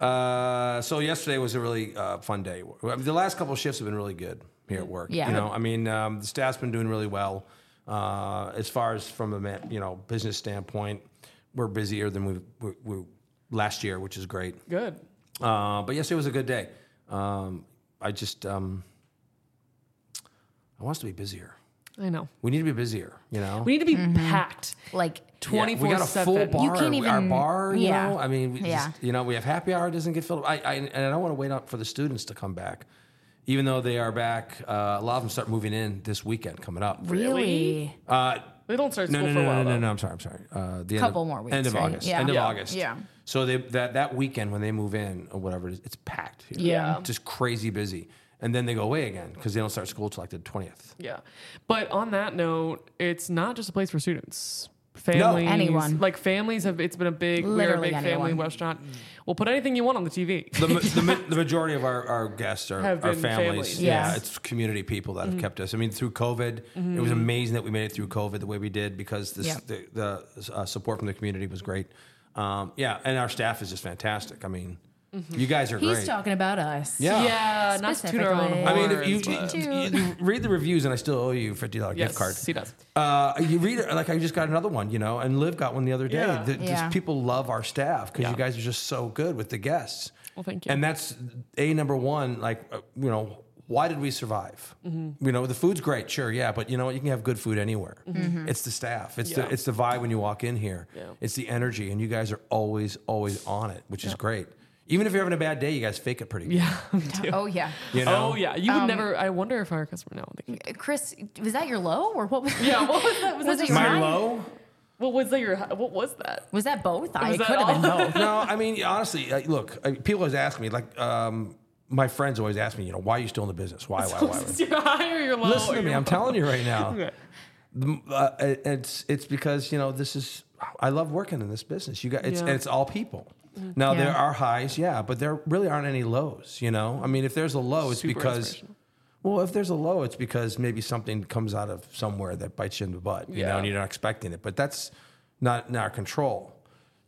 Speaker 2: Uh, so yesterday was a really uh, fun day. I mean, the last couple of shifts have been really good here at work.
Speaker 3: Yeah.
Speaker 2: You know, I mean, um, the staff's been doing really well. Uh, as far as from a ma- you know business standpoint, we're busier than we, we, we last year, which is great.
Speaker 1: Good.
Speaker 2: Uh, but yesterday was a good day. Um, I just um, I want us to be busier.
Speaker 1: I know.
Speaker 2: We need to be busier. You know,
Speaker 1: We need to be
Speaker 3: Mm-hmm.
Speaker 1: packed
Speaker 3: like,
Speaker 2: Yeah,
Speaker 1: twenty
Speaker 2: we
Speaker 1: four
Speaker 2: got a full
Speaker 1: seven.
Speaker 2: bar.
Speaker 3: You can't
Speaker 2: our
Speaker 3: even-
Speaker 2: bar, you
Speaker 3: yeah.
Speaker 2: know. I mean, we
Speaker 3: Yeah.
Speaker 2: just, you know, we have happy hour doesn't get filled. up. I, I and I don't want to wait up for the students to come back, even though they are back. Uh, a lot of them start moving in this weekend coming up.
Speaker 3: really?
Speaker 2: Uh,
Speaker 1: They don't start
Speaker 2: no,
Speaker 1: school for
Speaker 2: no, no,
Speaker 1: a
Speaker 2: no,
Speaker 1: while.
Speaker 2: no,
Speaker 1: though.
Speaker 2: no. I'm sorry. I'm sorry. Uh, the
Speaker 3: Couple
Speaker 2: end of,
Speaker 3: more weeks,
Speaker 2: End of
Speaker 3: right?
Speaker 2: August.
Speaker 3: Yeah.
Speaker 2: End of
Speaker 1: Yeah.
Speaker 2: August.
Speaker 3: Yeah.
Speaker 2: So they, that that weekend when they move in or whatever it is, it's packed. Here.
Speaker 3: Yeah.
Speaker 2: Just crazy busy, and then they go away again because they don't start school till like the twentieth.
Speaker 1: Yeah. But on that note, it's not just a place for students. Families,
Speaker 3: Anyone.
Speaker 1: like families have. It's been a big,
Speaker 3: Literally
Speaker 1: we're a big
Speaker 3: anyone.
Speaker 1: family restaurant.
Speaker 2: Mm.
Speaker 1: We'll put anything you want on the TV.
Speaker 2: the, ma- the, ma- the majority of our, our guests are,
Speaker 1: Have
Speaker 2: are
Speaker 1: been
Speaker 2: families.
Speaker 1: families.
Speaker 2: Yeah,
Speaker 3: Yes.
Speaker 2: it's community people that have kept us. I mean, through COVID, it was amazing that we made it through COVID the way we did because this,
Speaker 3: Yeah.
Speaker 2: the, the uh, support from the community was great. Um, yeah, and our staff is just fantastic. I mean, you guys are
Speaker 3: He's
Speaker 2: great.
Speaker 3: talking about us.
Speaker 2: yeah.
Speaker 1: yeah, not to toot our own
Speaker 3: Specifically.
Speaker 2: I mean, if you,
Speaker 1: horns,
Speaker 2: you-
Speaker 3: but-
Speaker 2: you read the reviews, and I still owe you fifty dollars
Speaker 1: yes,
Speaker 2: gift card.
Speaker 1: He does.
Speaker 2: Uh, you read it like I just got another one, you know, and Liv got one the other day.
Speaker 1: Yeah.
Speaker 2: That just
Speaker 3: Yeah.
Speaker 2: people love our staff because
Speaker 1: Yeah.
Speaker 2: you guys are just so good with the guests.
Speaker 1: Well, thank you.
Speaker 2: And that's a number one. Like uh, you know, why did we survive?
Speaker 1: Mm-hmm.
Speaker 2: You know, the food's great, sure, yeah, but you know what? You can have good food anywhere.
Speaker 1: Mm-hmm.
Speaker 2: It's the staff. It's
Speaker 1: Yeah.
Speaker 2: the it's the vibe when you walk in here.
Speaker 1: Yeah.
Speaker 2: It's the energy, and you guys are always always on it, which is great. Even if you're having a bad day, you guys fake it pretty. good.
Speaker 1: Yeah, we do.
Speaker 3: Oh Um, yeah.
Speaker 2: You know?
Speaker 1: Oh yeah, you would never. I wonder if our customer now. would think-
Speaker 3: Chris, was that your low or what was?
Speaker 1: Yeah, what was that? Was,
Speaker 3: Was
Speaker 1: that
Speaker 3: it
Speaker 1: your,
Speaker 3: your-
Speaker 2: My
Speaker 3: Mine-
Speaker 2: low.
Speaker 1: what was that? Your what was that?
Speaker 3: Was that both? I
Speaker 1: Was
Speaker 3: it
Speaker 1: that
Speaker 3: could have been
Speaker 1: all?
Speaker 3: both.
Speaker 2: no, I mean honestly, uh, look, I, people always ask me, like, um, my friends always ask me, you know, why are you still in the business? Why, why, why?
Speaker 1: Was your high or your low?
Speaker 2: Listen
Speaker 1: or
Speaker 2: to me,
Speaker 1: your
Speaker 2: I'm
Speaker 1: low?
Speaker 2: telling you right now. The- uh, it- it's it's because you know this is I love working in this business. You got it's
Speaker 1: Yeah. Mm-hmm.
Speaker 2: and it's all people. Now there
Speaker 3: Yeah.
Speaker 2: are highs, yeah, but there really aren't any lows. You know, I mean, if there's a low, it's
Speaker 1: Super
Speaker 2: because.
Speaker 1: inspirational.
Speaker 2: Well, if there's a low, it's because maybe something comes out of somewhere that bites you in the butt, you
Speaker 1: Yeah.
Speaker 2: know, and you're not expecting it. But that's not in our control.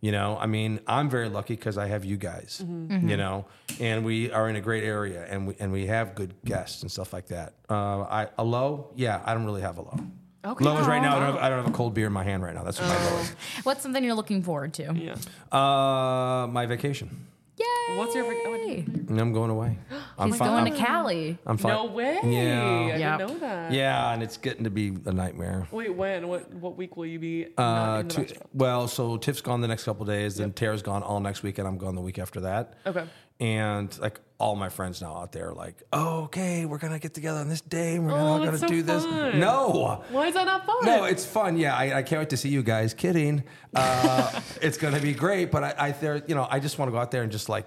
Speaker 2: You know, I mean, I'm very lucky because I have you guys, you know, and we are in a great area and we, and we have good guests and stuff like that. Uh, I, a low, yeah, I don't really have a low.
Speaker 1: Okay.
Speaker 2: Low is right now, I don't, have, I don't have a cold beer in my hand right now. That's what my low is.
Speaker 3: What's something you're looking forward to? Yay!
Speaker 1: Yeah.
Speaker 2: Uh, my vacation.
Speaker 1: What's your- I would-
Speaker 2: And I'm going away. I'm
Speaker 3: He's oh, going
Speaker 2: I'm,
Speaker 3: to Cali.
Speaker 2: I'm fine.
Speaker 1: No way. I
Speaker 2: Yeah.
Speaker 3: Yeah.
Speaker 1: didn't know that.
Speaker 2: Yeah, and it's getting to be a nightmare.
Speaker 1: Wait, when? What what week will you be?
Speaker 2: Uh,
Speaker 1: not in the
Speaker 2: two-
Speaker 1: restaurant?
Speaker 2: well, so Tiff's gone the next couple days, then Tara's gone all next week, and I'm gone the week after that.
Speaker 1: Okay.
Speaker 2: And like all my friends now out there are like, oh, okay, we're gonna get together on this day, and we're
Speaker 1: Oh,
Speaker 2: all gonna
Speaker 1: that's so
Speaker 2: do this.
Speaker 1: fun.
Speaker 2: No.
Speaker 1: Why is that not fun?
Speaker 2: No, it's fun. Yeah, I, I can't wait to see you guys. Kidding. Uh, it's gonna be great, but I, I there, you know, I just want to go out there and just like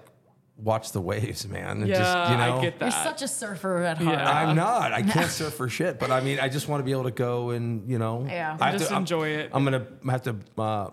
Speaker 2: watch the waves, man. And
Speaker 1: yeah,
Speaker 2: just, you know,
Speaker 1: I get
Speaker 3: You're
Speaker 1: that.
Speaker 3: such a surfer at heart.
Speaker 1: Yeah.
Speaker 2: I'm not. I can't surf for shit. But I mean, I just want to be able to go and you know,
Speaker 3: Yeah.
Speaker 2: I have
Speaker 1: Just
Speaker 2: I'm-
Speaker 1: enjoy it.
Speaker 2: I'm gonna have to uh,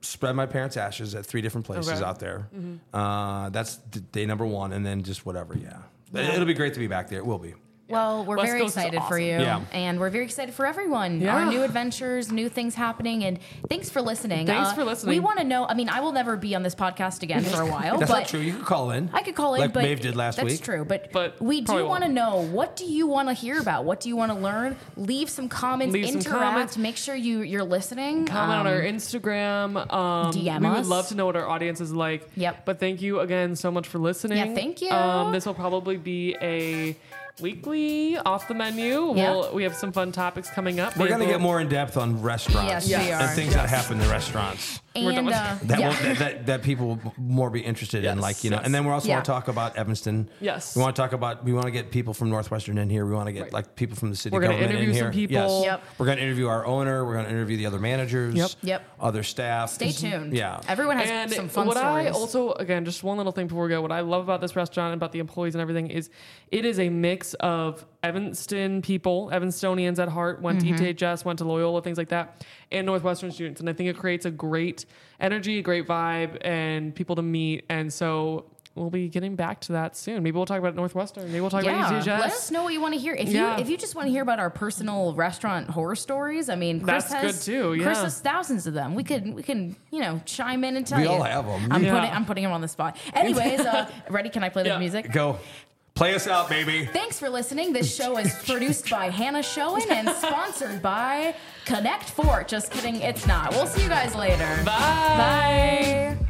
Speaker 2: spread my parents' ashes at three different places
Speaker 1: Okay.
Speaker 2: out there. Uh, that's d- day number one, and then just whatever. Yeah, But it'll be great to be back there. It will be.
Speaker 3: Well, we're
Speaker 1: West
Speaker 3: very
Speaker 1: Coast is
Speaker 3: excited for
Speaker 1: awesome.
Speaker 3: you.
Speaker 2: Yeah.
Speaker 3: And we're very excited for everyone.
Speaker 1: Yeah.
Speaker 3: Our new adventures, new things happening. And thanks for listening. Uh,
Speaker 1: Thanks for listening.
Speaker 3: We want to know. I mean, I will never be on this podcast again for a while.
Speaker 2: That's
Speaker 3: but
Speaker 2: not true. You can call in.
Speaker 3: I could call in,
Speaker 2: like
Speaker 3: but
Speaker 2: Maeve did last
Speaker 3: that's
Speaker 2: week.
Speaker 3: true. But,
Speaker 1: But
Speaker 3: we do
Speaker 1: probably
Speaker 3: want to
Speaker 1: won't.
Speaker 3: know what do you want to hear about? What do you want to learn? Leave some comments,
Speaker 1: Leave some
Speaker 3: interact,
Speaker 1: comments.
Speaker 3: make sure you, you're listening.
Speaker 1: Comment on
Speaker 3: Um,
Speaker 1: our Instagram. Um,
Speaker 3: DM
Speaker 1: we would
Speaker 3: us.
Speaker 1: love to know what our audience is like.
Speaker 3: Yep.
Speaker 1: But thank you again so much for listening.
Speaker 3: Yeah, thank you.
Speaker 1: Um, this will probably be a weekly off the menu.
Speaker 3: Yeah.
Speaker 1: We'll, we have some fun topics coming up.
Speaker 2: We're
Speaker 1: Maybe
Speaker 2: gonna get
Speaker 1: we'll-
Speaker 2: more in depth on restaurants
Speaker 3: Yes, we Yes.
Speaker 2: and
Speaker 3: are.
Speaker 2: things that happen in restaurants.
Speaker 1: We're done
Speaker 3: And
Speaker 1: with-
Speaker 3: uh,
Speaker 2: That,
Speaker 3: yeah.
Speaker 2: will, that, that that people will more be interested in,
Speaker 1: Yes,
Speaker 2: like you know.
Speaker 1: yes.
Speaker 2: And then we're also
Speaker 3: Yeah.
Speaker 2: want to talk about Evanston.
Speaker 1: Yes.
Speaker 2: we want to talk about. We want to get people from Northwestern in here. We want to get
Speaker 1: Right.
Speaker 2: like people from the city.
Speaker 1: We're gonna
Speaker 2: government in
Speaker 1: interview some
Speaker 2: here.
Speaker 1: people.
Speaker 2: Yes.
Speaker 3: Yep.
Speaker 2: We're going to interview our owner. We're going to interview the other managers.
Speaker 1: Yep.
Speaker 3: Yep.
Speaker 2: Other staff.
Speaker 3: Stay tuned.
Speaker 2: Yeah.
Speaker 3: Everyone has
Speaker 1: and
Speaker 3: some fun
Speaker 1: what
Speaker 3: stories.
Speaker 1: I also again just one little thing before we go. What I love about this restaurant and about the employees and everything is it is a mix of Evanston people, Evanstonians at heart, went
Speaker 3: Mm-hmm.
Speaker 1: to E ETHS, went to Loyola, things like that, and Northwestern students. And I think it creates a great energy, a great vibe, and people to meet. And so we'll be getting back to that soon. Maybe we'll talk about Northwestern. Maybe we'll talk
Speaker 3: yeah,
Speaker 1: about E ETHS.
Speaker 3: let us know what you want to hear. If
Speaker 1: Yeah.
Speaker 3: you if you just want to hear about our personal restaurant horror stories, I mean, Chris
Speaker 1: That's
Speaker 3: has
Speaker 1: good too, yeah.
Speaker 3: Chris has thousands of them. We could we can you know chime in and tell
Speaker 2: We
Speaker 3: you.
Speaker 2: all have 'em.
Speaker 3: I'm
Speaker 1: Yeah.
Speaker 3: putting I'm putting him on the spot. Anyways, uh, ready? Can I play
Speaker 1: Yeah.
Speaker 3: the music?
Speaker 2: Go, play us out, baby.
Speaker 3: Thanks for listening. This show is produced by Hannah Schoen and sponsored by Connect Fort. Just kidding, it's not. We'll see you guys later.
Speaker 1: Bye.
Speaker 3: Bye.